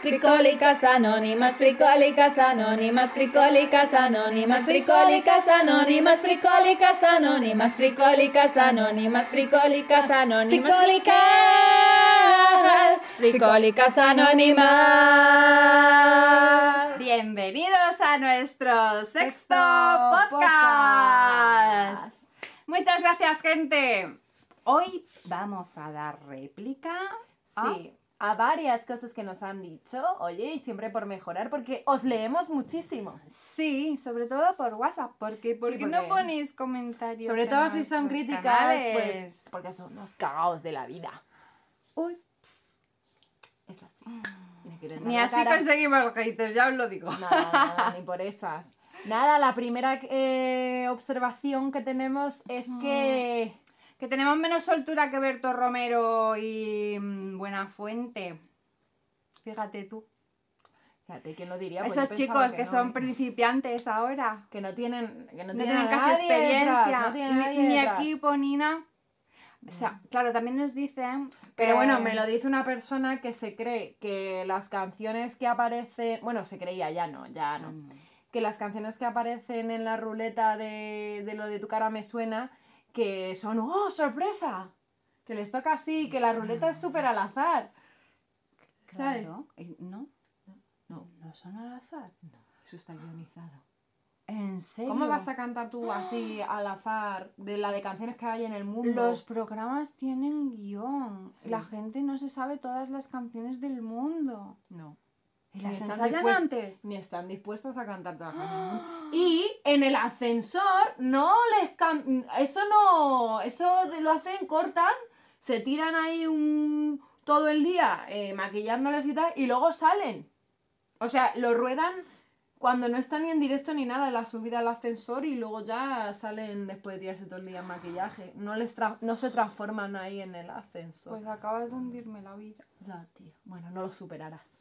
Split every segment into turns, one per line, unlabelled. Fricólicas anónimas, fricólicas anónimas, fricólicas anónimas, fricólicas anónimas, fricólicas anónimas, fricólicas anónimas, fricólicas anónimas, fricólicas, fricólicas anónimas.
Bienvenidos a nuestro sexto
Sexto
podcast. Muchas gracias, gente. Hoy vamos a dar réplica. Ah.
Sí, a varias cosas que nos han dicho, oye, y siempre por mejorar, porque os leemos muchísimo.
Sí, sobre todo por WhatsApp, porque ¿por
Sí,
qué
porque-
no ponéis comentarios.
Sobre
en
todo si son
nuestros
críticas,
canales?
pues, porque son unos cagados de la vida.
Uy,
Es así. Y me quieren dar
Mm. ni
la
así
cara.
conseguimos haters, ya os lo digo.
Nada, nada, ni por esas. Nada, la primera eh, observación que tenemos es que...
Que tenemos menos soltura que Berto Romero y mm, Buenafuente. Fíjate tú.
Fíjate, ¿quién lo diría? Pues yo
Esos
pensaba
chicos que,
no,
son
¿eh?
principiantes ahora.
Que no tienen, que no
No
tienen
tienen
a
casi
nadie
experiencia.
detrás, no tienen a
ni,
nadie
ni
detrás.
equipo, ni nada. O sea, claro, también nos dicen.
Pero
que-
bueno, me lo dice una persona que se cree que las canciones que aparecen, bueno, se creía ya no, ya no,
Mm,
que las canciones que aparecen en la ruleta de, de lo de tu cara me suena, que son, ¡oh, sorpresa! Que les toca así, que la ruleta es súper al azar. ¿Sabes?
Claro, eh, ¿No? No, no son al azar.
Eso está guionizado.
¿En serio?
¿Cómo vas a cantar tú así al azar de la de canciones que hay en el mundo?
Los programas tienen guión.
Sí.
La gente no se sabe todas las canciones del mundo.
No.
¿Y
Ni
las
están
ensayan
dispuest-
antes?
Ni están dispuestos a cantar todas las canciones del mundo. Y en el ascensor no les cam- eso no eso de- lo hacen cortan se tiran ahí un todo el día eh, maquillándoles y tal y luego salen o sea lo ruedan cuando no están ni en directo ni nada la subida al ascensor y luego ya salen después de tirarse todo el día en maquillaje no les tra- no se transforman ahí en el ascensor
Pues acabas de hundirme la vida.
ya tío bueno no lo superarás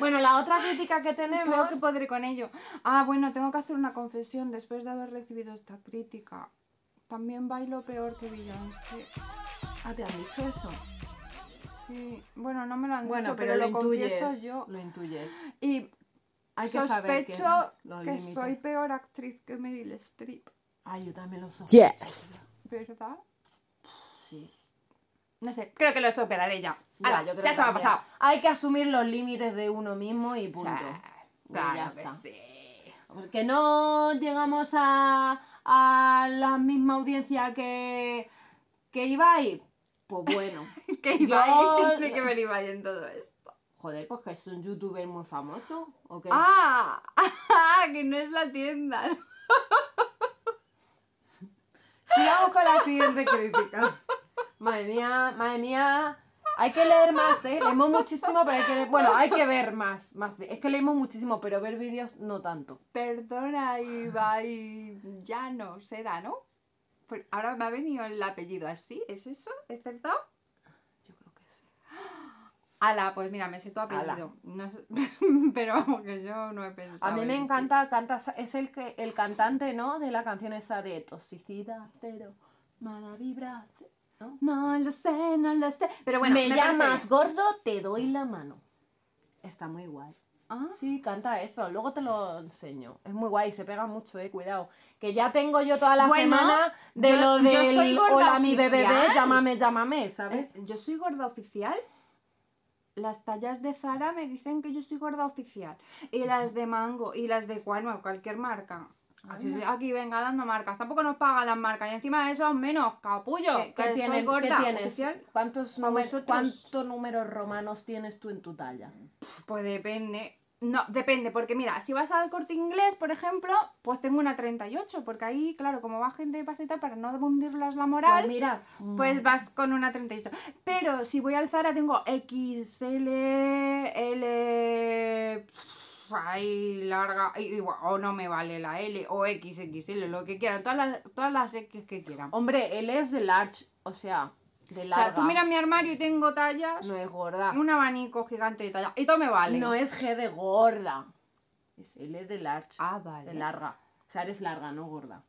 bueno la otra crítica que tenemos
Creo que podré con ello. Ah, bueno, tengo que hacer una confesión después de haber recibido esta crítica. También bailo peor que Beyoncé.
ah te han dicho eso
Sí. Bueno, no me lo han
Bueno,
dicho,
pero, lo,
confieso
intuyes.
yo.
Lo intuyes.
Y
Hay que saber que
sospecho
lo
que
limita.
soy peor actriz que Meryl Streep,
Ah, yo también lo soy.
Yes.
¿verdad?
Sí.
No sé, creo que lo superaré ya. Ala,
yo creo
ya se
que
me ha
también.
pasado.
Hay que asumir los límites de uno mismo y punto. Y
Claro
ya
que
está.
sí.
Que no llegamos a, a la misma audiencia que, que Ibai. Pues bueno.
Que
Yo-
Ibai, de que me iba en todo esto.
Joder, pues que es un youtuber muy famoso. ¿o qué?
Ah, que no es la tienda.
Sigamos con la siguiente crítica. Madre mía, madre mía. Hay que leer más, ¿eh? Leemos muchísimo, pero hay que leer- Bueno, hay que ver más, más. vi- Es que leemos muchísimo, pero ver vídeos no tanto.
Perdona, Ibai, ya no será, ¿no? Pero ahora me ha venido el apellido así, ¿es eso? ¿Es acertado?
Yo creo que sí.
Ala, pues mira, me sé tu apellido.
Ala.
No sé- Pero vamos, que yo no he pensado.
A mí
en
me
ti.
encanta, canta, esa- es el, que, el cantante, ¿no? De la canción esa de toxicidad cero, mala vibra. ce- ¿no?
No lo sé, no lo sé. Pero bueno,
me,
parece bien.
llamas gordo, te doy la mano. Está muy guay.
Ah,
Sí, canta eso, luego te lo enseño. Es muy guay, se pega mucho, eh, cuidado. Que ya tengo yo toda la
Bueno,
semana de
yo-
lo
yo
del
soy gorda
hola mi bebé,
oficial.
llámame, llámame, ¿sabes?
¿Yo soy gorda oficial? Las tallas de Zara me dicen que yo soy gorda oficial. Y las de Mango, y las de Cuano, cualquier marca. Aquí, aquí venga dando marcas. Tampoco nos pagan las marcas. Y encima de eso, menos, capullo.
¿Qué, qué
que
tiene-
soy
qué
gorda
tienes?
oficial.
¿Cuántos,
Pa'
numer-
vosotros.
cuántos números romanos tienes tú en tu talla?
Pues depende. No, depende, porque mira, si vas al corte inglés, por ejemplo, pues tengo una 38, porque ahí, claro, como va gente de paceta para no hundirlas la moral,
Pues mira,
Pues vas con una 38. Pero si voy al Zara tengo XL, L... pf, Ahí larga, y- igual, o no me vale la L, o XXL, lo que quieran, todas las, todas las X que quieran. O
hombre, él es de large, o sea, de larga.
sea, tú mira mi armario y tengo tallas,
No es gorda.
un abanico gigante de tallas, y todo me vale.
No es G de gorda. Es L de large,
Ah, vale.
de larga. O sea, eres larga, no gorda.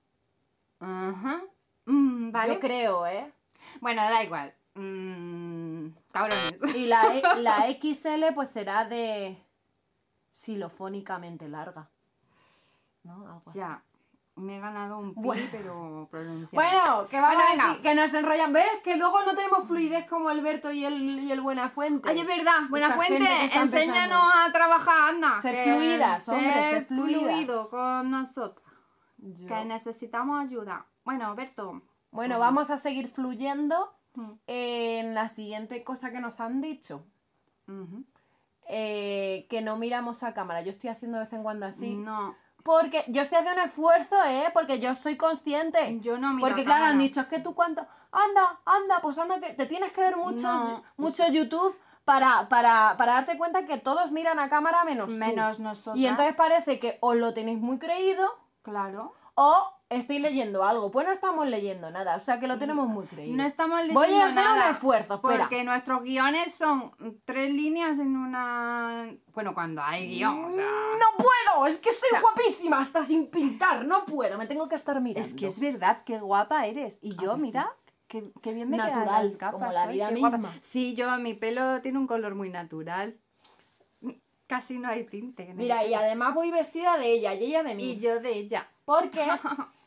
Ajá. Mm, vale.
Yo creo, ¿eh?
Bueno, da igual. mm, cabrones.
Y la, e- la XL pues será de silofónicamente larga. ¿No? Algo así.
Ya, me he ganado un pi,
Bueno.
pero pronunciado.
Bueno, que vamos
Bueno,
a
venga.
decir que nos enrollan. ¿Ves? Que luego no tenemos fluidez como el Berto y el, y el Buenafuente.
Ay, es verdad, Buenafuente,
gente que está
enséñanos a trabajar, anda.
Ser
que-
fluidas, hombre, ser fluidas.
fluido con nosotros,
Yo-
que necesitamos ayuda. Bueno, Berto,
Bueno, vamos a seguir fluyendo
Mm.
en la siguiente cosa que nos han dicho.
ujú,
Eh, que no miramos a cámara. Yo estoy haciendo de vez en cuando así.
no,
Porque yo estoy haciendo un esfuerzo, ¿eh? Porque yo soy consciente.
yo no miro
Porque
a
claro, han
cámara.
dicho, es que tú cuánto... Anda, anda, pues anda, que te tienes que ver muchos,
No.
mucho YouTube para, para, para darte cuenta que todos miran a cámara menos tú.
menos nosotros.
Y entonces parece que os lo tenéis muy creído
claro,
o estoy leyendo algo. Pues no estamos leyendo nada, o sea que lo tenemos muy creído.
no estamos leyendo
Voy a hacer
nada.
un esfuerzo, espera.
Porque nuestros guiones son tres líneas en una... Bueno, cuando hay guión, o sea...
Mm, No puedo, es que soy guapísima hasta sin pintar, no puedo, me tengo que estar mirando.
Es que es verdad, qué guapa eres. Y yo,
Ah, que sí.
mira, qué, qué bien me quedan
Natural,
las gafas.
como la
hoy,
vida
qué guapa.
misma.
Sí, yo, mi pelo tiene un color muy natural. Casi no hay tinte. en el
Mira, y
pelo.
además voy vestida de ella y ella de mí.
Y yo de ella.
Porque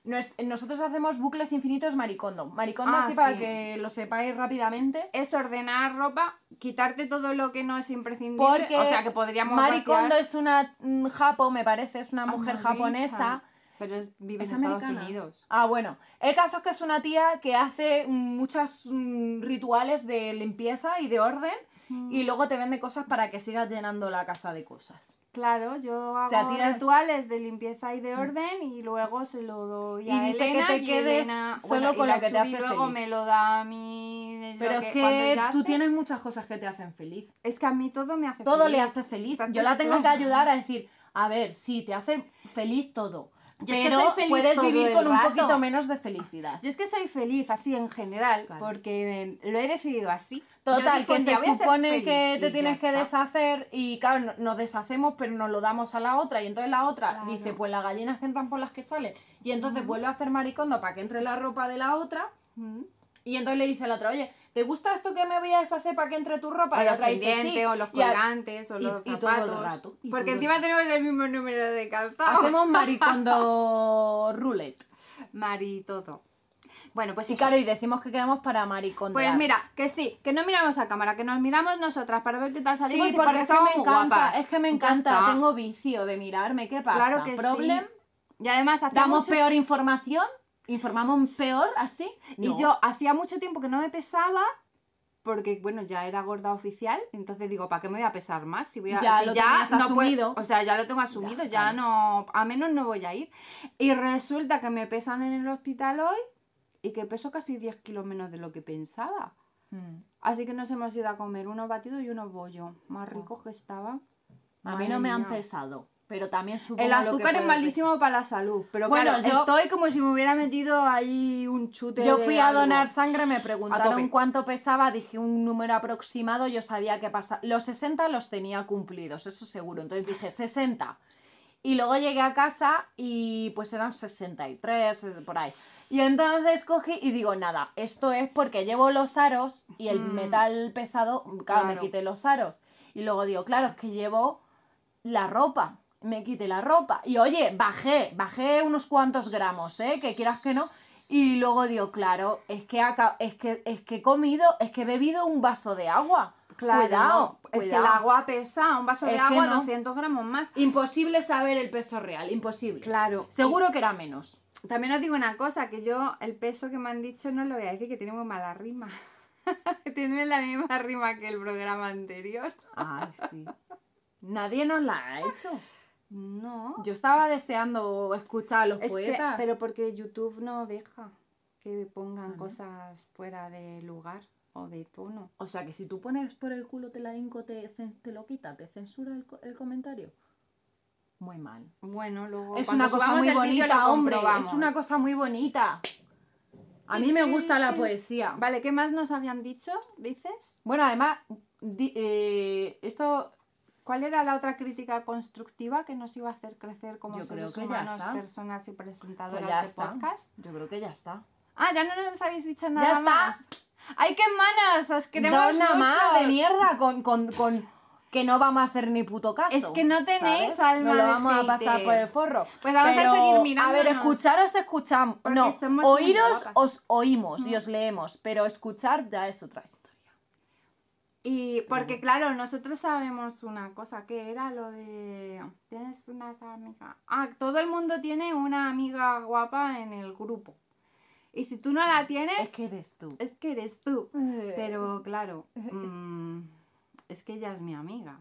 nos- nosotros hacemos bucles infinitos maricondo. Maricondo
Ah,
así para
sí.
que lo sepáis rápidamente.
Es ordenar ropa, quitarte todo lo que no es imprescindible.
Porque
o sea, que podríamos
Maricondo
vaciar-
es una mm, japo, me parece, es una
Ah,
mujer
Madrid, ah,
japonesa.
Pero es, vive
Es
en Estados
americana.
Unidos.
Ah, bueno. El caso es que es una tía que hace muchos mm, rituales de limpieza y de orden
Mm.
y luego te vende cosas para que sigas llenando la casa de cosas.
Claro, yo hago
sea, tienes-
rituales de limpieza y de orden y luego se lo doy a
Y dice que
Elena
te
y
quedes
Elena-
solo
y
con
la
lo que te
Chubi
hace
luego
feliz.
me lo da a mí. lo
Pero es
cuando
que
ella
tú
hace-
tienes muchas cosas que te hacen feliz.
Es que a mí todo me hace
todo
feliz.
le hace feliz.
Tanto
Yo la
que
tengo
todo.
que ayudar a decir, a ver, sí, te hace feliz todo,
Yo es que
pero
soy feliz
puedes
todo
vivir
el
con un
rato.
poquito menos de felicidad.
Yo es que soy feliz así en general
Claro.
porque eh, lo he decidido así. Yo
Total,
dije,
que
"Un
se
día voy a ser
supone
feliz",
que
y
te
ya
tienes que
está.
deshacer y claro, no- nos deshacemos, pero nos lo damos a la otra y entonces la otra
Claro.
dice, pues las gallinas que entran por las que salen y entonces vuelve a hacer maricondo para que entre la ropa de la otra
Mm.
y entonces le dice a la otra, oye, ¿te gusta esto que me voy a deshacer para que entre tu ropa?
O
Y la
los
otra dice,
pendientes,
sí.
o los
Y a-
colgantes, o
y-
los
y
zapatos.
todo el rato, y todo
Porque
el
encima tenemos el mismo número de calzado.
hacemos maricondo roulette.
Mari todo. Bueno, pues
Y
eso.
claro, y decimos que quedamos para maricondo.
Pues mira, que sí, que no miramos a cámara, que nos miramos nosotras para ver qué tal
Sí,
salimos y
porque,
porque
es que me
somos
encanta,
guapas.
es que me
Ya
encanta,
está.
tengo vicio de mirarme, ¿qué pasa?
Claro que
Problem,
sí. Y además hacía
damos
mucho-
peor información, informamos peor, así.
y
No.
yo hacía mucho tiempo que no me pesaba porque bueno, ya era gorda oficial, entonces digo, ¿para qué me voy a pesar más? Si voy a,
Ya
si
lo tenías
no puedo-
asumido.
o sea, ya lo tengo asumido,
Ya,
ya,
claro.
no, a menos no voy a ir. Y resulta que me pesan en el hospital hoy y que peso casi 10 kilos menos de lo que pensaba.
Mm.
Así que nos hemos ido a comer unos batidos y unos bollos. Más ricos que estaba.
A
Madre
mí no me han
mía.
pesado, pero también supongo
El
lo que
azúcar es
puedo
malísimo para la salud, pero
Bueno,
claro,
yo-
estoy como si me hubiera metido ahí un chute.
pesar. Yo
de
fui a
algo.
donar sangre, me preguntaron
tope.
cuánto pesaba, dije un número aproximado, yo sabía que pasaba. Los 60 los tenía cumplidos, eso seguro. Entonces dije 60. Y luego llegué a casa y pues eran 63, eh, por ahí. Y entonces cogí y digo, nada, esto es porque llevo los aros y el
Mm.
metal pesado, claro, me
Claro.
quité los aros. Y luego digo, claro, es que llevo la ropa, me quité la ropa. Y oye, bajé, bajé unos cuantos gramos, ¿eh? Que quieras que no. Y luego digo, claro, es que, aca- es que, es que he comido, es que he bebido un vaso de agua.
Claro,
cuidado,
es
cuidado.
que el agua pesa, un vaso de
Es que
agua
no.
200 gramos más.
Imposible saber el peso real, imposible.
Claro.
Seguro que era menos.
También os digo una cosa, que yo el peso que me han dicho no lo voy a decir, que tiene muy mala rima. tiene la misma rima que el programa anterior.
Ay, Ah, sí. Nadie nos la ha hecho.
No.
Yo estaba deseando escuchar a los
Es que-
poetas.
Este, pero porque YouTube no deja que pongan cosas fuera de lugar o de tono.
O sea que si tú pones por el culo te la inco, te, cen- te lo quita, te censura el, co- el comentario. Muy mal.
Bueno, luego.
es
cuando
una cosa
subamos
muy
el vídeo
bonita,
lo
hombre. Es
comprobamos.
una cosa muy bonita. A mí me gusta la poesía.
Vale, ¿qué más nos habían dicho? ¿Dices?
Bueno, además, di- eh, esto
¿Cuál era la otra crítica constructiva que nos iba a hacer crecer como
Yo
seres
creo que ya
humanos,
está.
personas y
pues
presentadoras
ya
de
está.
podcast?
Yo creo que ya está.
Ah, ya no nos habéis dicho nada
Ya está.
más. ¡Ay, qué manas! ¡Os queremos
Da una más
mucho!
de mierda con, con, con que no vamos a hacer ni puto caso.
Es que no tenéis
¿sabes?
alma
No lo
de
vamos a pasar
hater.
por el forro.
Pues vamos a
Pero,
seguir
A ver,
mirándonos.
escucharos, escuchamos.
Porque
no,
somos
oíros,
idiotas.
os oímos
Mm.
y os leemos. Pero escuchar ya es otra historia.
Y porque, claro, nosotros sabemos una cosa, que era lo de... Tienes unas amigas... Ah, todo el mundo tiene una amiga guapa en el grupo. Y si tú no la tienes,
Es que eres tú.
es que eres tú. Pero, claro, mm, es que ella es mi amiga.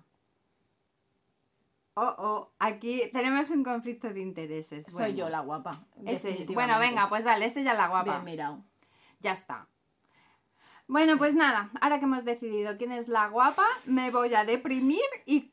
Oh, oh, aquí tenemos un conflicto de intereses.
Soy
bueno.
yo la guapa.
Es ella.
definitivamente.
Bueno, venga, pues dale, es ella la guapa.
Bien mirado.
Ya está. Bueno, pues nada, ahora que hemos decidido quién es la guapa, me voy a deprimir y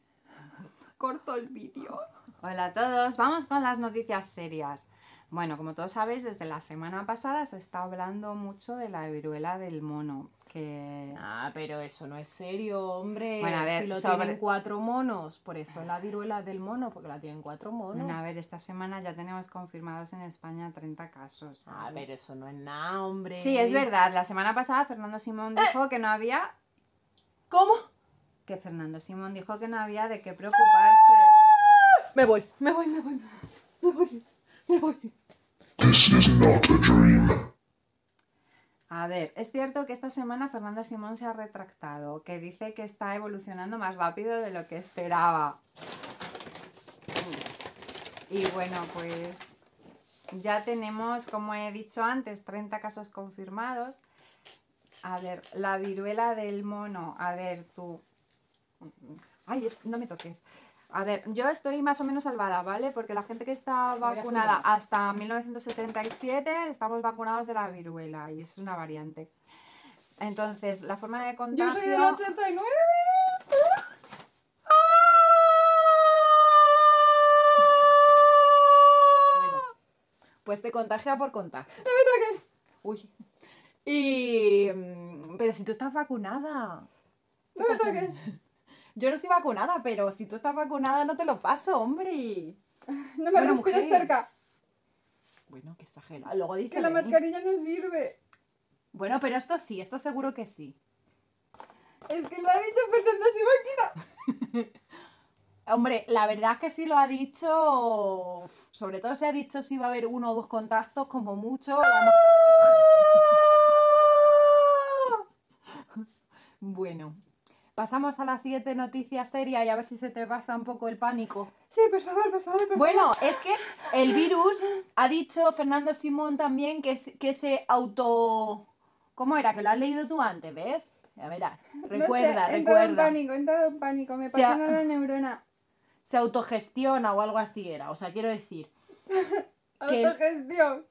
corto el vídeo. Hola a todos, vamos con las noticias serias. Bueno, como todos sabéis, desde la semana pasada se está hablando mucho de la viruela del mono, que...
Ah, pero eso no es serio, hombre.
Bueno, a ver,
si lo
sobre-
tienen cuatro monos, por eso la viruela del mono, porque la tienen cuatro monos.
Bueno, a ver, esta semana ya tenemos confirmados en España 30 casos.
A ver, Ah, eso no es nada, hombre.
Sí, es verdad, la semana pasada Fernando Simón dijo que no había
¿Cómo?
que Fernando Simón dijo que no había de qué preocuparse.
Me voy, me voy, me voy. Me voy, me voy.
A ver, es cierto que esta semana Fernando Simón se ha retractado, que dice que está evolucionando más rápido de lo que esperaba. Y bueno, pues ya tenemos, como he dicho antes, 30 casos confirmados. A ver, la viruela del mono. A ver, tú. Ay, es- no me toques. A ver, yo estoy más o menos salvada, ¿vale? Porque la gente que está vacunada hasta 1977 estamos vacunados de la viruela y es una variante. Entonces, la forma de contagio...
89. Bueno, pues te contagia por contagio. Uy. Y. mm, Pero si tú estás vacunada. No me toques. Yo no estoy vacunada, pero si tú estás vacunada no te lo paso, hombre.
No
me respires cerca.
cerca,
Bueno, que exagera. Luego dice. de mí.
no sirve.
Bueno, pero esto sí, esto seguro que sí.
Es que lo ha dicho Fernando Simón.
Hombre, la verdad es que sí lo ha dicho. uf, Sobre todo se ha dicho si va a haber uno o dos contactos, como mucho. vamos. Bueno, pasamos a las siguiente noticia seria y a ver si se te pasa un poco el pánico.
Sí, por favor, por favor, por
Bueno, es que el virus ha dicho Fernando Simón también que, se- que se auto. ¿Cómo era? Que lo has leído tú antes, ¿ves? Ya verás. Recuerda, recuerda.
he entrado en pánico, me
Se ha-
la neurona.
se autogestiona o algo así era. O sea, quiero decir, Que-
Autogestión.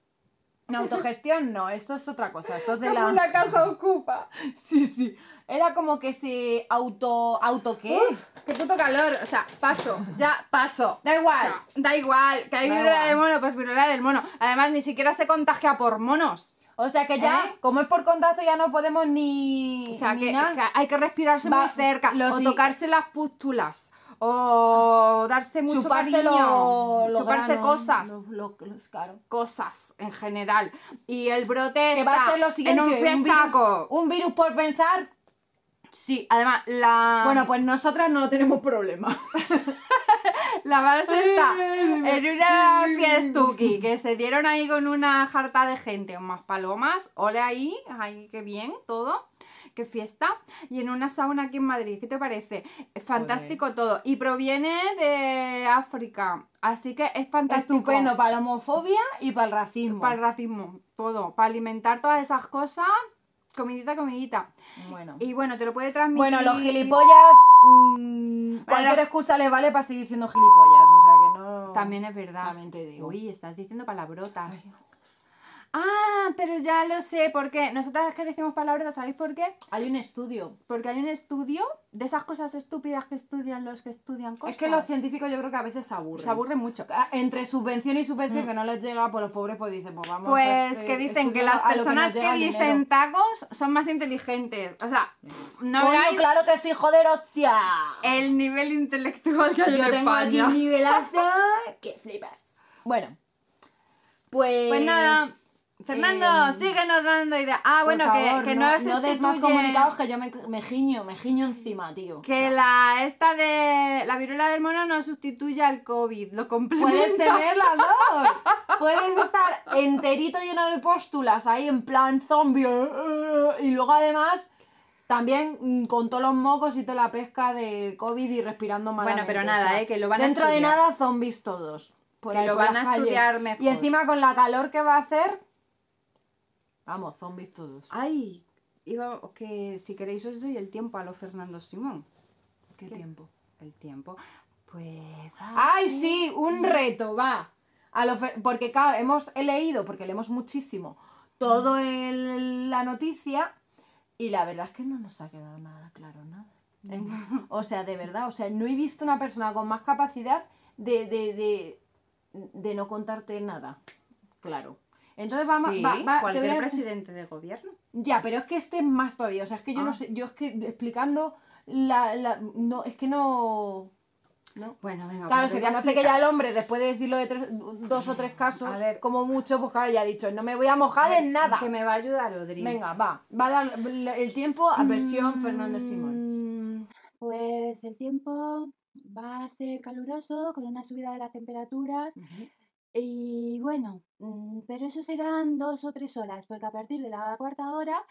no, autogestión no, esto es otra cosa. Esto es de la...
casa ocupa.
Sí, sí. Era como que se auto... ¿Auto qué?
¡Qué puto calor! O sea, paso, ya paso.
da igual.
Da igual, que hay
Da
viruela
igual.
del mono, pues viruela del mono. Además, ni siquiera se contagia por monos.
O sea que ya,
¿Eh?
como es por contacto, ya no podemos ni...
O sea,
ni
que,
nada.
que hay que respirarse
Va-
muy cerca,
lo
o
sí.
tocarse las pústulas, o darse mucho
chuparse
cariño,
lo- lo
chuparse
grano,
cosas.
lo- lo- los- claro.
Cosas en general. Y el brote
Que va a
está
ser lo siguiente.
en un
virus,
fiestaco.
un virus por pensar.
Sí, además, la...
Bueno, pues nosotras no tenemos problema.
La base está en una fiestuki que se dieron ahí con una jarta de gente, unas palomas, ole ahí, ahí qué bien todo, qué fiesta, y en una sauna aquí en Madrid, ¿qué te parece? Fantástico todo, y proviene de África, así que es fantástico.
Estupendo para la homofobia y para el racismo.
Para el racismo, todo, para alimentar todas esas cosas, comidita, comidita.
Bueno.
Y bueno, te lo puede transmitir.
Bueno, los gilipollas. mm, cualquier
Bueno.
excusa les vale para seguir siendo gilipollas. O sea que no.
También es verdad.
También te digo.
Uy, estás diciendo palabrotas. Ah, pero ya lo sé, ¿por qué? Nosotras es que decimos palabrotas, ¿sabéis por qué?
Hay un estudio.
Porque hay un estudio de esas cosas estúpidas que estudian los que estudian cosas.
Es que los científicos yo creo que a veces se aburren.
se aburren mucho. Mm.
Ah, Entre subvención y subvención que no les llega, pues los pobres pues dicen, pues vamos a
Pues
este
que dicen que
estudio
las
a lo
personas
nos
que,
llega el dinero.
dicen tacos son más inteligentes. O sea, pff, no
Coño,
veáis
claro que sí, joder, hostia.
el nivel intelectual que hay
yo
en
tengo aquí
España.
un nivelazo que flipas. Bueno. Pues.
Pues nada, Fernando,
Em,
síguenos dando ideas. Ah,
Por
bueno, que-
favor,
que,
no,
no, este
no des más
sustituye-
comunicados que yo me, me giño, me giño encima, tío. O
Que
sea,
la esta de la viruela del mono no sustituye al COVID, lo
Puedes
complementa.
tener las dos. Puedes estar enterito lleno de póstulas ahí en plan zombie. eh, eh, Y luego además también mm, con todos los mocos y toda la pesca de COVID y respirando mal.
Bueno, pero nada, eh, que lo van a
Dentro de
estudiar.
nada, zombies todos. Por
Que
ahí
lo
por
van
las
a
calles.
estudiar mejor.
Y encima con la calor que va a hacer. Vamos, zombies todos.
Ay, iba, que si queréis os doy el tiempo a lo Fernando Simón.
Qué tiempo.
El tiempo. Pues. ah,
¡Ay, sí! Un reto, va. A lo Fer- porque claro, hemos he leído, porque leemos muchísimo, toda la noticia y la verdad es que no nos ha quedado nada claro, nada. En- O sea, de verdad, o sea, no he visto una persona con más capacidad de, de, de, de no contarte nada. Claro. Entonces vamos,
sí,
va, va- te voy
cualquier
a decir-
presidente de gobierno.
ya, pero es que este es más todavía. O sea, es que yo
Ah.
no sé, yo es que explicando la, la- no, es que no. No.
Bueno, venga.
Claro,
pues
se
voy a
conoce que
explicar.
ya el hombre, después de decirlo de tres- dos o tres casos,
A ver.
como mucho, pues claro, ya ha dicho, no me voy a mojar en nada.
Que me va a ayudar, Odri.
Venga, va. Va a dar el tiempo a versión Fernando Simón.
Mm, Pues el tiempo va a ser caluroso con una subida de las temperaturas y bueno, mm, pero eso serán dos o tres horas, porque a partir de la cuarta hora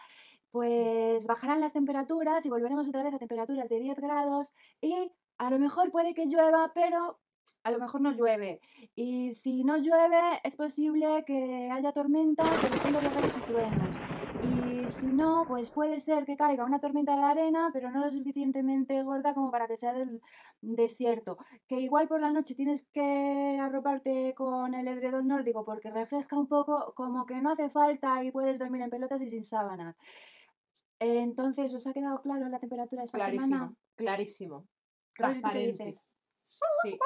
pues bajarán las temperaturas y volveremos otra vez a temperaturas de 10 grados y a lo mejor puede que llueva, pero a lo mejor no llueve. Y si no llueve, es posible que haya tormenta, pero solo rayos y truenos. Y si no, pues puede ser que caiga una tormenta de arena, pero no lo suficientemente gorda como para que sea del desierto. Que igual por la noche tienes que arroparte con el edredón nórdico porque refresca un poco, como que no hace falta y puedes dormir en pelotas y sin sábanas. Entonces, ¿os ha quedado claro la temperatura esta semana?
Clarísimo, clarísimo.
Claro, ¿y tú qué
Transparentes.
dices?
Sí.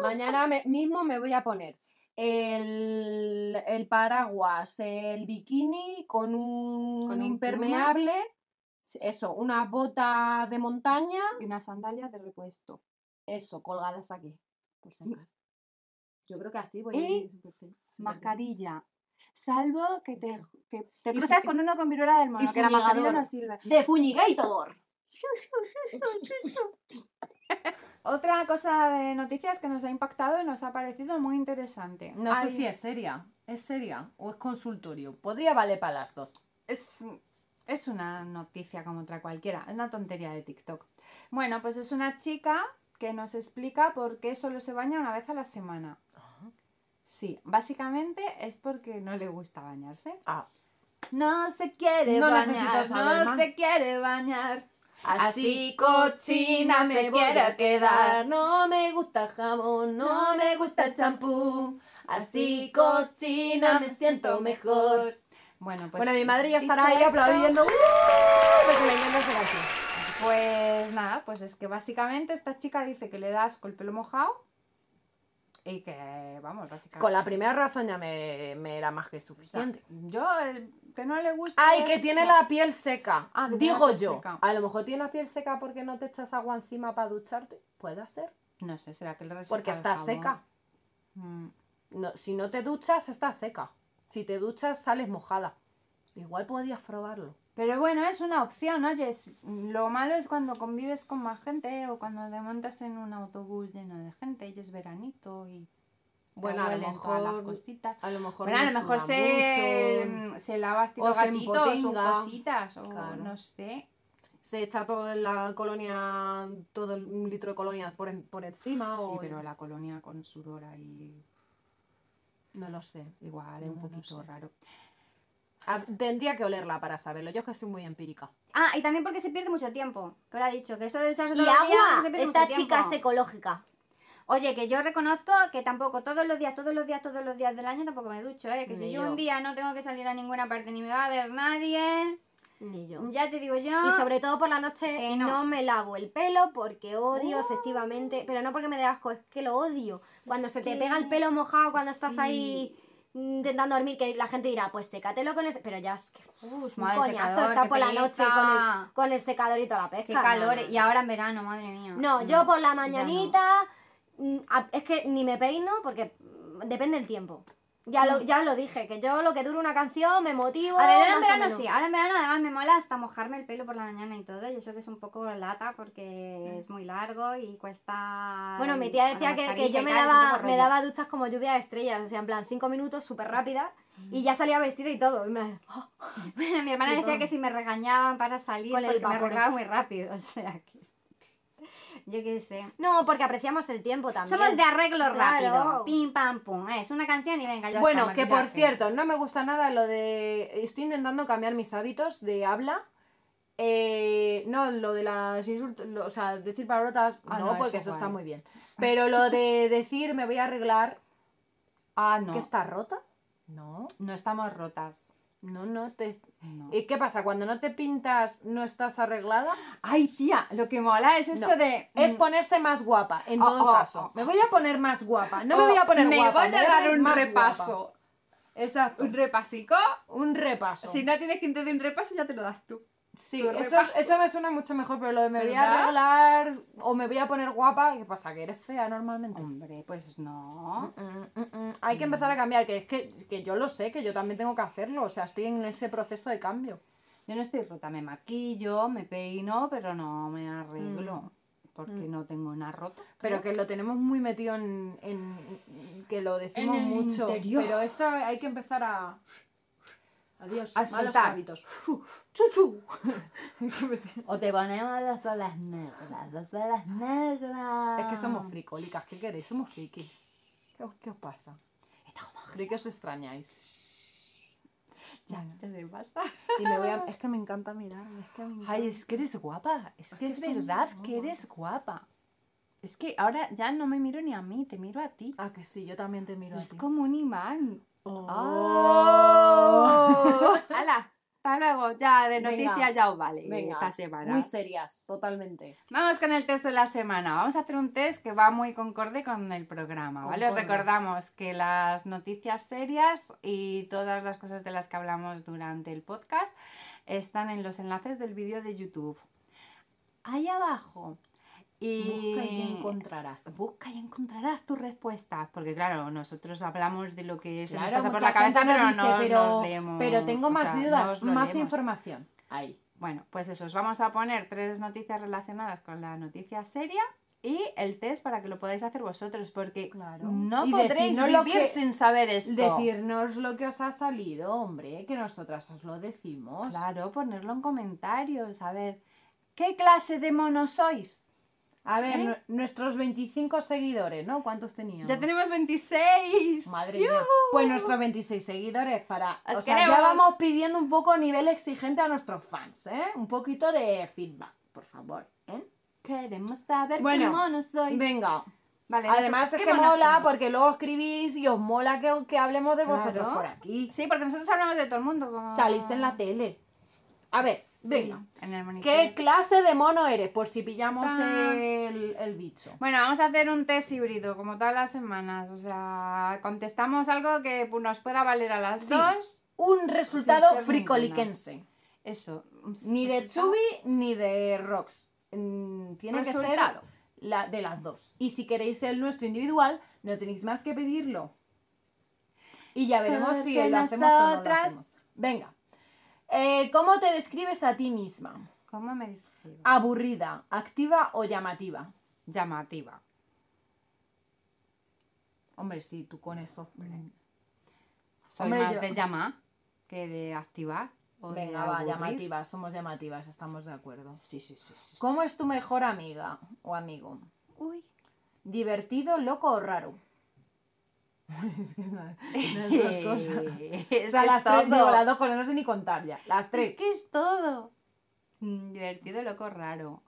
Mañana me- mismo me voy a poner el, el paraguas, el bikini con un,
Con un
impermeable, eso, unas botas de montaña,
"Ah, Y unas sandalias de repuesto.
eso, colgadas aquí, por si acaso. Yo creo que así voy
Y
a ir súper fin- súper bien.
Mascarilla. Salvo que te, que te
Y
cruces
fu-
con uno con viruela del mono, que la mascarilla
fumigador.
no sirve.
De Fuñigator.
Otra cosa de noticias que nos ha impactado y nos ha parecido muy interesante. Hay-
es seria, es seria o es consultorio. Podría valer para las dos.
es, es una noticia como otra cualquiera, es una tontería de TikTok. Bueno, pues es una chica que nos explica por qué solo se baña una vez a la semana. Sí, básicamente es porque no le gusta bañarse.
Ah,
No se quiere
No
bañar,
necesito saber
no
más.
se quiere bañar.
Así cochina me quiero quedar, no me gusta el jamón, no me gusta el champú. Así cochina me siento mejor.
Bueno, pues
bueno, mi madre ya estará
dicho
ahí
esto,
aplaudiendo. ¡Uh! Porque le encanta hacer así.
Pues nada, pues es que básicamente esta chica dice que le das asco el pelo mojado y que, vamos, básicamente...
Con la primera razón ya me, me era más que suficiente.
Yo, el que no le gusta.
Ay, que tiene la piel seca.
Ah, que tiene la
Digo
piel
yo.
seca.
A lo mejor tiene la piel seca porque no te echas agua encima para ducharte. Puede ser.
No sé, será que le reseca
Porque
el
está
jabón?
seca.
Mm,
No, si no te duchas, está seca. Si te duchas, sales mojada. Igual podías probarlo.
Pero bueno, es una opción, oye. es- Lo malo es cuando convives con más gente o cuando te montas en un autobús lleno de gente y es veranito y. te
Bueno, a lo
huelen todas las
mejor-
cositas.
A lo mejor,
Bueno, a
no
lo mejor
suda
se, mm,
mucho,
se lava estilo
O se
gatitos o
empotinga.
cositas o
Claro.
no sé.
se echa todo en la colonia, todo el- un litro de colonia por, en- por encima.
Sí,
o
pero
yo
la
qué
colonia con sudor ahí
sé. No lo sé.
igual
No,
es un
no lo
poquito
sé.
raro.
Ah, tendría que olerla para saberlo. Yo es que estoy muy empírica.
Ah, y también porque se pierde mucho tiempo. Que ahora ha dicho que eso de echarse
Y
todos los días
agua,
se pierde
esta
mucho
chica
tiempo.
es ecológica.
Oye, que yo reconozco que tampoco todos los días, todos los días, todos los días del año tampoco me ducho, ¿eh? Que si
Ni
yo,
yo.
un día no tengo que salir a ninguna parte ni me va a ver nadie,
Ni yo.
ya te digo yo.
Y sobre todo por la noche
Que Ah. Eh, no. Ah.
no. me lavo el pelo porque odio efectivamente, pero no porque me dé asco, es que lo odio. Cuando se te pega el pelo mojado, cuando estás ahí intentando dormir, que la gente dirá, pues sécatelo con ese... Pero ya es que... Uf, es un
madre,
coñazo
secador,
estar
qué
por la noche con
pereza.
el, con el secador y toda la pesca.
Qué
no,
calor, eh,
no, no.
y ahora en verano, madre mía.
No, yo por la mañanita... mm, a- Es que ni me peino porque mm, depende del tiempo. Ya lo, ya lo dije, que yo lo que dura una canción me motivo.
A ver, ahora Ah, en
más o
verano
menos.
sí, ahora en verano además me mola hasta mojarme el pelo por la mañana y todo, y eso que es un poco lata porque es muy largo y cuesta...
Bueno, mi
con
tía
la
decía que, que
mascarilla
yo
y
me
tal, es un
daba,
poco
me
rollo.
daba duchas como lluvia de estrellas, o sea, en plan cinco minutos, súper rápida, y ya salía vestida y todo. Y me-
Bueno, mi hermana decía que si me regañaban para salir
Con el
porque me
vapor.
arreglaba muy rápido, o sea que... Yo qué sé.
No, porque apreciamos el tiempo también.
Somos de arreglo rápido.
Claro.
Pim, pam, pum. eh, Es una canción y venga, ya
Bueno,
está,
que por
maquillaje.
cierto, no me gusta nada lo de. Estoy intentando cambiar mis hábitos de habla. Eh, no, lo de las insultos, o sea, decir palabrotas,
Ah,
no,
no, eso
porque eso
guay.
está muy bien. Pero lo de decir me voy a arreglar,
Ah, no.
que está rota. No,
No estamos rotas.
no, no. Te...
No.
¿Y qué pasa? Cuando no te pintas, no estás arreglada.
Ay, tía, lo que mola es eso
No,
de.
Es
mm,
ponerse más guapa, en
Oh,
todo
oh,
caso.
oh.
Me voy a poner más guapa. No me voy a
o
poner
oh, me
guapa.
voy a
voy
dar
poner
un
más
repaso.
guapa. Exacto.
Un repasico.
Un repaso.
Si no tienes quien te dé un repaso, ya te lo das tú.
Sí,
Tu
eso,
repaso.
eso me suena mucho mejor, pero lo de me voy a
¿Verdad?
arreglar o me voy a poner guapa, ¿qué pasa? Que eres fea normalmente.
Hombre, pues no.
Mm, mm, mm. Hay que empezar a cambiar, que es que, que yo lo sé, que yo también tengo que hacerlo, o sea, estoy en ese proceso de cambio.
Yo no estoy rota, me maquillo, me peino, pero no me arreglo. Porque no tengo una rota.
Pero que lo tenemos muy metido en, en- que lo decimos
En el
mucho,
interior.
pero eso hay que empezar a... Adiós,
A
malos
soltar.
hábitos. Chuchu.
O te ponemos las olas negras, las olas negras.
es que somos fricolicas, ¿qué queréis? Somos frikis. ¿Qué, os- qué os pasa? ¿De qué os extrañáis?
Ya, ya te pasa.
Y me voy a- Es que me encanta mirar. Es que me
Ay, es que eres guapa. Es, que, es verdad que eres guapa. Es que ahora ya no me miro ni a mí, te miro a ti.
Ah, que sí, yo también te miro
es
a ti.
como un imán.
¡Oh!
¡Hala! Hasta luego, ya de
Venga.
noticias ya os vale
Venga,
esta semana.
muy serias, totalmente.
Vamos con el test de la semana. Vamos a hacer un test que va muy concorde con el programa, ¿vale? Os
Concorde.
recordamos que las noticias serias y todas las cosas de las que hablamos durante el podcast están en los enlaces del vídeo de YouTube. Ahí abajo. Y...
Busca y encontrarás.
Busca y encontrarás tus respuestas, porque claro, nosotros hablamos de lo que se nos
Claro,
pasa por
mucha
la cabeza,
gente
pero
nos dice,
no
pero,
nos leemos.
pero tengo
o
más
sea, no
dudas,
os lo
más
leemos.
información. Ahí.
Bueno, pues eso, os vamos a poner tres noticias relacionadas con la noticia seria y el test para que lo podáis hacer vosotros, porque
Claro.
no
Y
podréis
decirnos lo
vivir
que-
sin saber esto.
Decirnos lo que os ha salido, hombre, que nosotras os lo decimos.
Claro, ponerlo en comentarios, a ver, ¿qué clase de mono sois?
A ver, nu- nuestros 25 seguidores, ¿no? ¿Cuántos teníamos?
Ya tenemos 26.
Madre mía. Pues nuestros 26 seguidores para... o
Os
sea, ya
queremos.
vamos pidiendo un poco nivel exigente a nuestros fans, ¿eh? Un poquito de feedback, por favor, ¿eh?
Queremos saber
Bueno,
qué mono sois.
Venga.
Vale,
Además
nosotros-
es
¿qué
que
monos
mola
somos?
porque luego escribís y os mola que, que hablemos de vosotros
Claro.
por aquí.
Sí, porque nosotros hablamos de todo el mundo. como-
Saliste en
Ah.
la tele. A ver, venga.
En el monitor.
¿Qué clase de mono eres? Por si pillamos
Ah.
el, el bicho.
Bueno, vamos a hacer un test híbrido, como todas las semanas. O sea, contestamos algo que pu- nos pueda valer a las
Sí.
dos.
Un resultado
ser
fricoliquense.
Eso.
Ni de Chubi ni de Rox. Mm, Tiene que ser
Resultado.
la, de las dos. Y si queréis el nuestro individual, no tenéis más que pedirlo. Y ya veremos si
Porque
lo hacemos o no lo
nosotras-
hacemos. Venga. Eh, ¿Cómo te describes a ti misma?
¿Cómo me describo?
¿Aburrida, activa o llamativa?
Llamativa.
Hombre, sí, tú con eso. mm.
Soy
Hombre,
más
yo-
de llamar que de activar. O de
Venga, va,
aburrir.
llamativas, somos llamativas, estamos de acuerdo.
Sí, sí, sí. sí.
¿Cómo es tu mejor amiga o amigo?
Uy.
¿Divertido, loco o raro? es que es una, una de esas cosas.
Es
O sea,
que
las
es
tres, digo,
todo.
las dos cosas, no sé ni contar ya. Las tres.
Es que es todo. Mm, Divertido, loco, raro.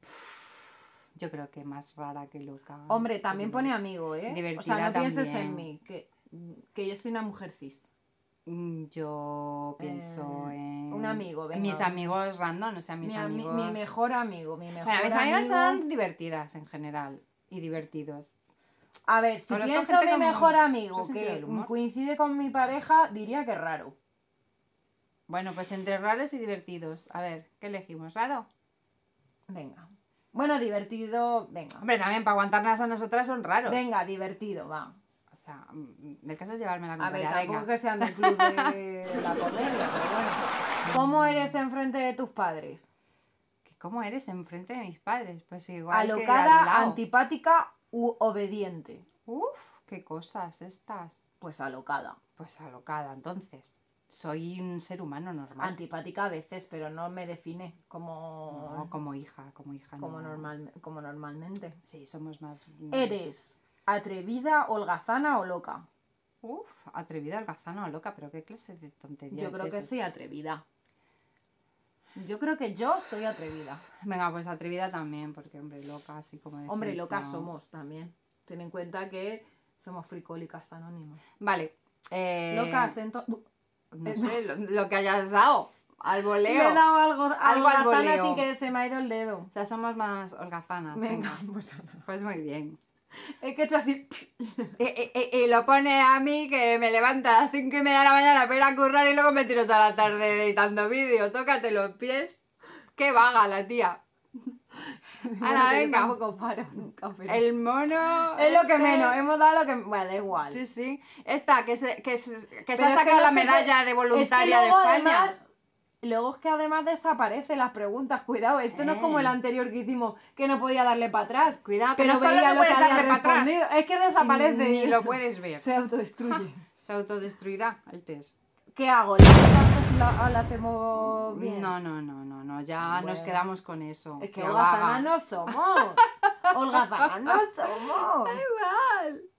Pff, Yo creo que más rara que loca.
Hombre, también pone amigo, ¿eh? o sea, no
Divertida
pienses en
también.
mí, que, que yo soy una mujer cis.
Mm, Yo pienso
Eh,
en.
un amigo,
en Mm. Mis
venga.
amigos random, o sea, mis
mi, ami-
amigos.
mi mejor amigo, mi mejor
Bueno, mis
amigo.
amigos son divertidas en general y divertidos.
A ver, si
Conozco
pienso
gente
en
con
mi mejor amigo
mucho sentido
que
del humor.
coincide con mi pareja, diría que raro.
Bueno, pues entre raros y divertidos. A ver, ¿qué elegimos? ¿Raro?
Venga. Bueno, divertido, venga.
Hombre, también para aguantarnos a nosotras son raros.
Venga, divertido, va.
O sea, mm, el caso es llevarme la
A ver,
contraria.
tampoco
venga.
que sean del club de la comedia, pero bueno. ¿Cómo eres enfrente de tus padres?
Que ¿Cómo eres enfrente de mis padres? Pues igual. que al
Alocada,
lado.
antipática u obediente.
Uf, qué cosas estas.
Pues alocada.
Pues alocada, entonces. Soy un ser humano normal.
Antipática a veces, pero no me define como,
No, como hija, como hija.
como,
no.
normal, como normalmente.
Sí, somos más. mm,
¿Eres atrevida, holgazana o loca?
Uf, atrevida, holgazana o loca, pero qué clase de tontería.
Yo creo
es
que
esta?
soy atrevida. Yo creo que yo soy atrevida.
Venga, pues atrevida también, porque hombre, loca, así como decís,
Hombre, locas
no.
somos también. Ten en cuenta que somos fricólicas anónimas.
Vale. eh,
Locas, entonces.
No sé, lo, lo que hayas dado. Al voleo.
Le he dado algo, algo
al
holgazana
voleo.
sin querer, se me ha ido el dedo.
O sea, somos más holgazanas.
Venga,
venga.
pues nada.
Pues muy bien.
Es que he hecho así.
Y, y- y- y lo pone a mí que me levanta a las 5 y media de la mañana para ir a currar y luego me tiro toda la tarde editando vídeos. Tócate los pies. Qué vaga la tía.
Bueno, que yo
venga.
Tampoco paro nunca, pero-
El mono.
es lo que
este-
menos. Hemos dado lo que. Bueno, da igual.
Sí, sí. Esta, que se, que se, que se
Pero
ha
es que
sacado
no
la
se puede-
medalla de voluntaria
es que luego,
de España.
Además, luego es que además desaparecen las preguntas. Cuidado, esto no es como
Eh.
el anterior que hicimos, que no podía darle para atrás.
Cuidado, que
Ah, pero
no solo
veía
no
lo que
puedes
había
darle pa' atrás.
respondido. Es que desaparece.
Ni lo puedes ver.
Se autodestruye.
Se autodestruirá el test.
¿Qué hago? ¿La hacemos, la- o la hacemos bien?
No, no, no, no, no. Ya nos
Bueno.
quedamos con eso.
Es
Qué
que
vaga.
holgazanas no somos. holgazanas no somos.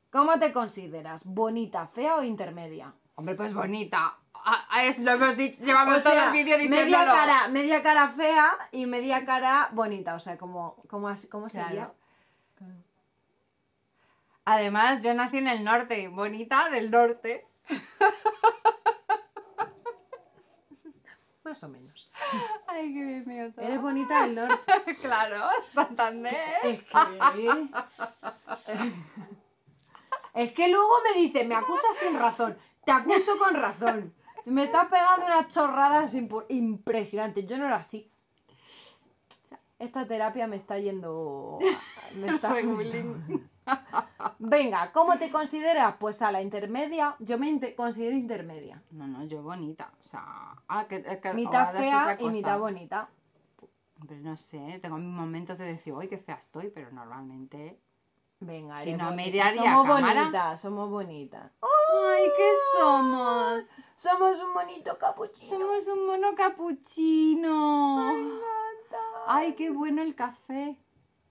¿Cómo te consideras? ¿Bonita, fea o intermedia?
Hombre, pues bonita. Ah, ah, es, lo hemos dicho, llevamos
O
todo
sea,
el vídeo diciéndolo.
media cara, media cara fea y media cara bonita, o sea, como como así- cómo
Claro.
sería?
Además, yo nací en el norte. Bonita del norte.
Más o menos.
Ay, qué bien mío
Eres bonita del norte.
Claro, Santander.
Es que Es que luego me dice, me acusas sin razón, te acuso con razón. Me estás pegando unas chorradas impo- impresionantes. Yo no era así. Esta terapia me está yendo. Me está, me está- Venga, ¿cómo te consideras? Pues a la intermedia. Yo me inte- considero intermedia.
No, no, yo bonita. O sea, ah, que, que-
Mitad
ahora es
fea
otra
y
cosa.
mitad bonita.
Hombre, no sé, tengo mis momentos de decir, uy, qué fea estoy, pero normalmente.
Venga,
Si
eres
no, me
bonita.
iré a
Somos
cámara.
bonitas, somos bonitas.
¡Ay, qué somos!
Somos un bonito capuchino.
Somos un mono capuchino. Ay, qué bueno el café.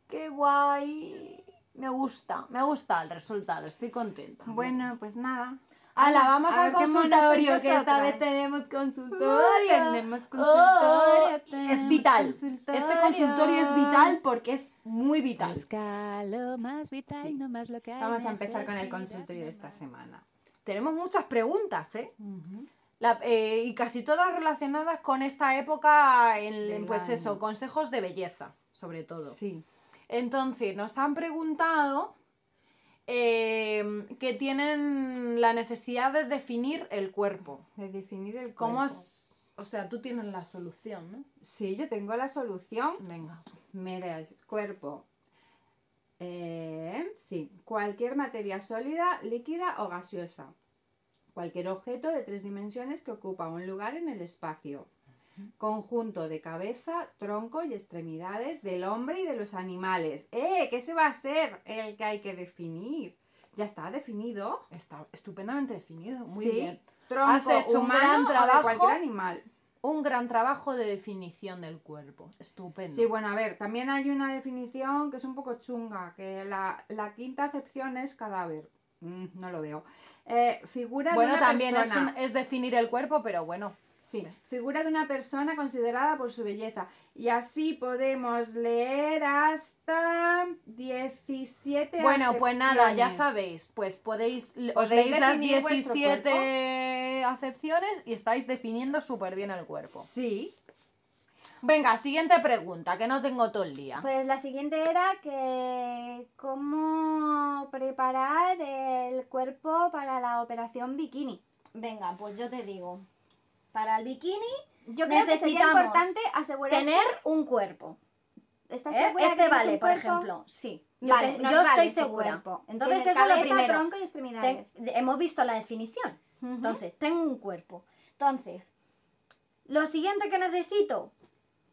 ¡Qué guay! Me gusta, me gusta el resultado, estoy contenta.
Bueno, pues nada.
Ala, vamos
a
al
ver qué monos
consultorio,
sois
que esta
vosotras.
vez tenemos consultorio.
Uh, tenemos consultorio,
Oh,
tenemos
es vital. Este
consultorio.
consultorio es vital porque es muy vital.
lo más vital,
Sí.
no más local.
Vamos a empezar con el consultorio de esta semana.
Tenemos muchas preguntas, ¿eh? La- eh, y casi todas relacionadas con esta época, en,
Del
pues
año.
eso, consejos de belleza, sobre todo.
Sí.
Entonces, nos han preguntado eh, que tienen la necesidad de definir el cuerpo.
De definir el
¿Cómo
cuerpo.
es? O sea, tú tienes la solución, ¿no?
Sí, yo tengo la solución.
Venga.
Mira, es cuerpo. Eh, sí, cualquier materia sólida, líquida o gaseosa. Cualquier objeto de tres dimensiones que ocupa un lugar en el espacio. Conjunto de cabeza, tronco y extremidades del hombre y de los animales. ¡Eh! Que ese va a ser el que hay que definir. Ya está definido.
Está estupendamente definido. Muy
Sí,
bien.
Tronco
Has hecho un
humano
gran
o de
trabajo.
cualquier animal.
Un gran trabajo de definición del cuerpo. Estupendo.
Sí, bueno, a ver, también hay una definición que es un poco chunga, que la, la quinta acepción es cadáver. Mm, no lo veo. Eh, figura
bueno,
de una
también es,
persona.
un- es definir el cuerpo, pero bueno.
Sí, figura de una persona considerada por su belleza. Y así podemos leer hasta 17
Bueno, pues nada, ya
acepciones.
sabéis, pues podéis, l- os
Podéis
leéis las
definir vuestro
17 acepciones y estáis definiendo súper bien el cuerpo.
Sí,
Venga, siguiente pregunta, que no tengo todo el día.
Pues la siguiente era que cómo preparar el cuerpo para la operación bikini.
Venga, pues yo te digo. Para el bikini
Yo creo que sería
Necesitamos
importante asegurarse
tener un cuerpo.
¿Estás
¿Eh?
segura que
Este
tienes
vale,
un
por
cuerpo?
ejemplo, sí. Yo,
Vale,
te-
nos
yo
vale
estoy
ese
segura.
cuerpo.
Entonces
Tiene
eso es lo
cabeza,
primero.
tronco y extremidades.
Ten- hemos visto la definición. Entonces, tengo un cuerpo. Entonces, lo siguiente que necesito,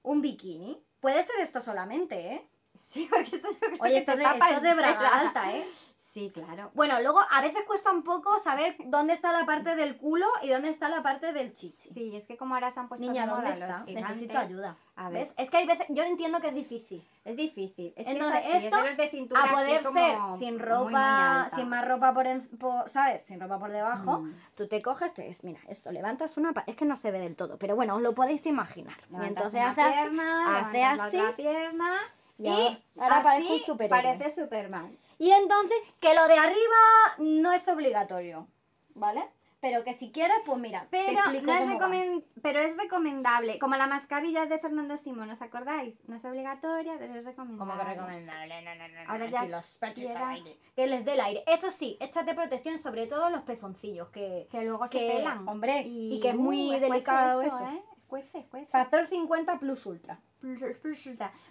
un bikini. Puede ser esto solamente, ¿eh?
Sí, porque eso yo creo
Oye,
que
esto
te
de,
tapa
esto de braga
entera.
alta, ¿eh?
Sí, claro.
Bueno, luego a veces cuesta un poco saber dónde está la parte del culo y dónde está la parte del
Sí,
chichi.
pues es que como ahora se han puesto
Niña,
de moda los
¿dónde está? Necesito
gigantes,
ayuda.
A ver.
¿Ves? Es que hay veces, yo entiendo que es difícil.
Es difícil. Es que
Entonces,
es así, es
esto,
de los de cintura
a poder
así como
ser sin
muy,
ropa,
muy alta. Mm.
sin más ropa por, en- por- ¿sabes? Sin ropa por debajo, tú te coges, te, mira, esto, levantas una, pa- es que no se ve del todo, pero bueno, os lo podéis imaginar. Y
Levantas
entonces
una
hace así-
pierna,
hace
levantas la
así,
otra pierna
Y
y,
ahora
así
parece un superhéroe.
parece Superman.
y entonces que lo de arriba no es obligatorio, ¿vale? Pero que si quieres, pues mira, te
Pero,
explico
no es
cómo va.
recomen- pero es recomendable, como la mascarilla de Fernando Simón, ¿os acordáis? No es obligatoria, pero es recomendable.
Como que recomendable. No, no, no, no,
Ahora
no,
ya
que los pechos
si era-
al aire.
Que les dé el aire. Eso sí, échate protección, sobre todo en los pezoncillos, que...
Que luego se
que,
pelan. uh,
hombre, y que es muy
cuece
delicado eso.
¿eh? Cuece, cuece.
Factor 50 plus ultra.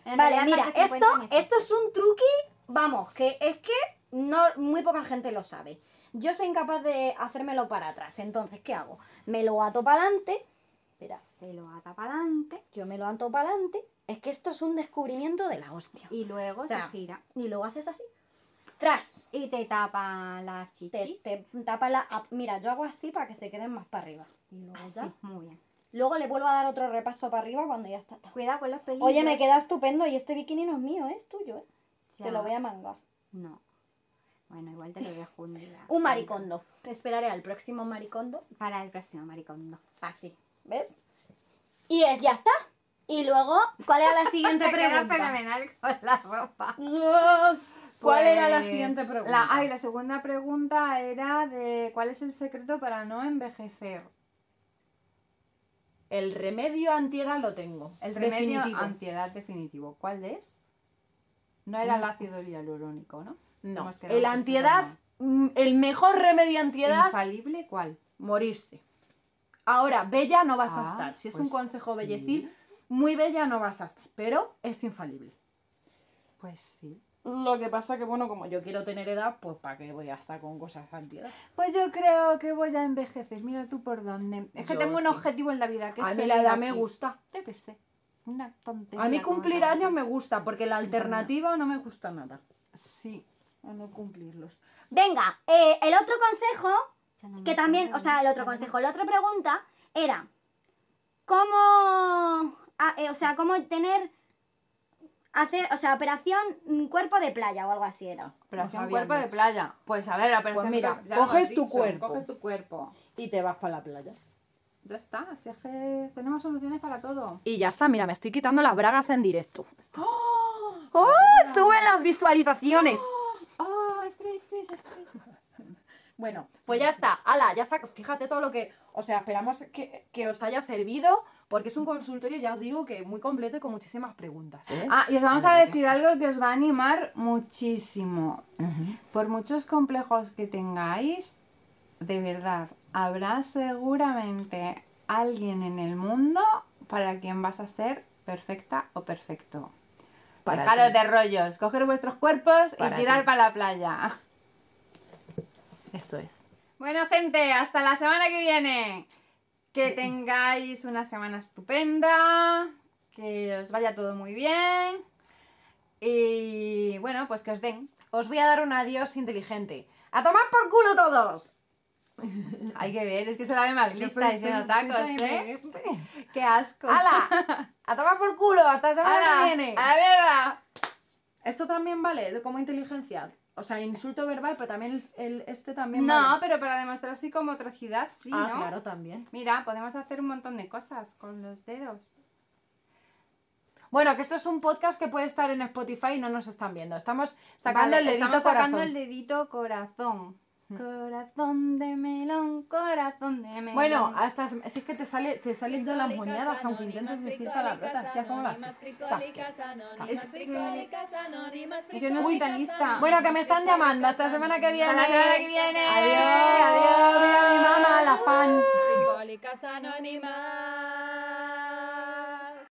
En
Vale,
realidad
mira,
no te
esto,
cuentan eso.
esto es un truqui, vamos, que es que no, muy poca gente lo sabe. Yo soy incapaz de hacérmelo para atrás, entonces, ¿qué hago? Me lo ato para adelante, verás,
Se lo ata para adelante
yo me lo ato para adelante, es que esto es un descubrimiento de la hostia.
y luego
O sea,
se gira.
Y luego haces así, tras,
Y te tapa las
te,
chichis.
te tapa la... ah, Mira, yo hago así para que se queden más para arriba. Y luego
Así,
ya.
muy bien.
Luego le vuelvo a dar otro repaso para arriba cuando ya está. está.
Cuidado con los pelillos.
Oye, me queda estupendo y este bikini no es mío, ¿eh? es tuyo, ¿eh? Te lo voy a mangar.
No. Bueno, igual te lo dejo un día.
Un maricondo. Te esperaré al próximo maricondo.
Para el próximo maricondo.
Así. ¿Ves? Y es, ya está. Y luego, ¿cuál era la siguiente
Te queda
pregunta?
fenomenal con la ropa.
¿Cuál era la
Pues,
siguiente pregunta?
La, ay, la segunda pregunta era de cuál es el secreto para no envejecer.
El remedio antiedad lo tengo.
El remedio
Definitivo.
antiedad definitivo. ¿Cuál es? No era el ácido hialurónico, ¿no?
No,
Hemos quedado
el
que sí
antiedad, mm, el mejor remedio
también.
antiedad,
¿Infalible cuál?
morirse. Ahora, bella no vas a
Ah,
estar. Si es un
pues
consejo
sí.
bellecil, muy bella no vas a estar, pero es infalible.
Pues sí.
Lo que pasa que, bueno, como yo quiero tener edad, pues ¿para qué voy a estar con cosas de antiedad?
Pues yo creo que voy a envejecer. Mira tú por dónde. Es que
Yo
tengo un
sí.
objetivo en la vida que
A
es
mí
el
la
ir
edad me
aquí.
gusta.
Yo qué sé. Una tontería.
A mí
como
cumplir
otra.
años me gusta, porque la alternativa no me gusta nada.
Sí.
A no cumplirlos.
Venga, eh, el otro consejo, que también, o sea, el otro consejo, la otra pregunta era, ¿cómo, ah, eh, o sea, cómo tener, hacer, o sea, operación mm, cuerpo de playa o algo así era?
Operación
No sabía
cuerpo de
mucho.
playa. Pues a ver, la operación
Pues mira,
cuerpo- ya lo
coges
has
tu cuerpo.
Coges tu cuerpo.
Y te vas para la playa.
Ya está. Si es que tenemos soluciones para todo.
Y ya está, mira, me estoy quitando las bragas en directo. ¡Oh! ¡Suben las visualizaciones!
¡Oh, estrechos, estrechos!
Bueno, pues ya está, ala, ya está. Fíjate todo lo que. O sea, esperamos que, que os haya servido, porque es un consultorio, ya os digo, que muy completo y con muchísimas preguntas. ¿eh?
Ah, y os vamos a decir algo que os va a animar muchísimo. Por muchos complejos que tengáis, de verdad, habrá seguramente alguien en el mundo para quien vas a ser perfecta o perfecto.
Para
Dejaros
ti.
de rollos, coger vuestros cuerpos
Para
y tirar
ti.
para la playa.
Eso es.
Bueno, gente, hasta la semana que viene. Que tengáis una semana estupenda, que os vaya todo muy bien y bueno, pues que os den.
Os voy a dar un adiós inteligente. ¡A tomar por culo todos!
Hay que ver, es que se la ve más lista diciendo tacos, ¿eh? ¡Qué asco!
¡Hala! ¡A tomar por culo! ¡Hasta la semana
¡Hala!
que viene!
¡A la mierda!
Esto también vale como inteligencia. O sea, insulto verbal, pero también el, el- este también
No,
vale.
pero para demostrar así como atrocidad, sí,
ah,
¿no?
claro, también.
Mira, podemos hacer un montón de cosas con los dedos.
Bueno, que esto es un podcast que puede estar en Spotify y no nos están viendo. Estamos sacando
Vale,
el dedito
estamos sacando
corazón.
el dedito corazón. Corazón de melón, corazón de melón.
Bueno, hasta si es que te sale, te salen ya las moñadas, aunque intentes decir palabrotas, ya como la
Es que- yo
Yo
no
no soy
soy tan lista.
Bueno, que me están llamando, hasta la semana que viene.
Hasta la semana que viene.
Adiós, adiós, mira mi mamá, la fan.
Alcohólicas anónimas.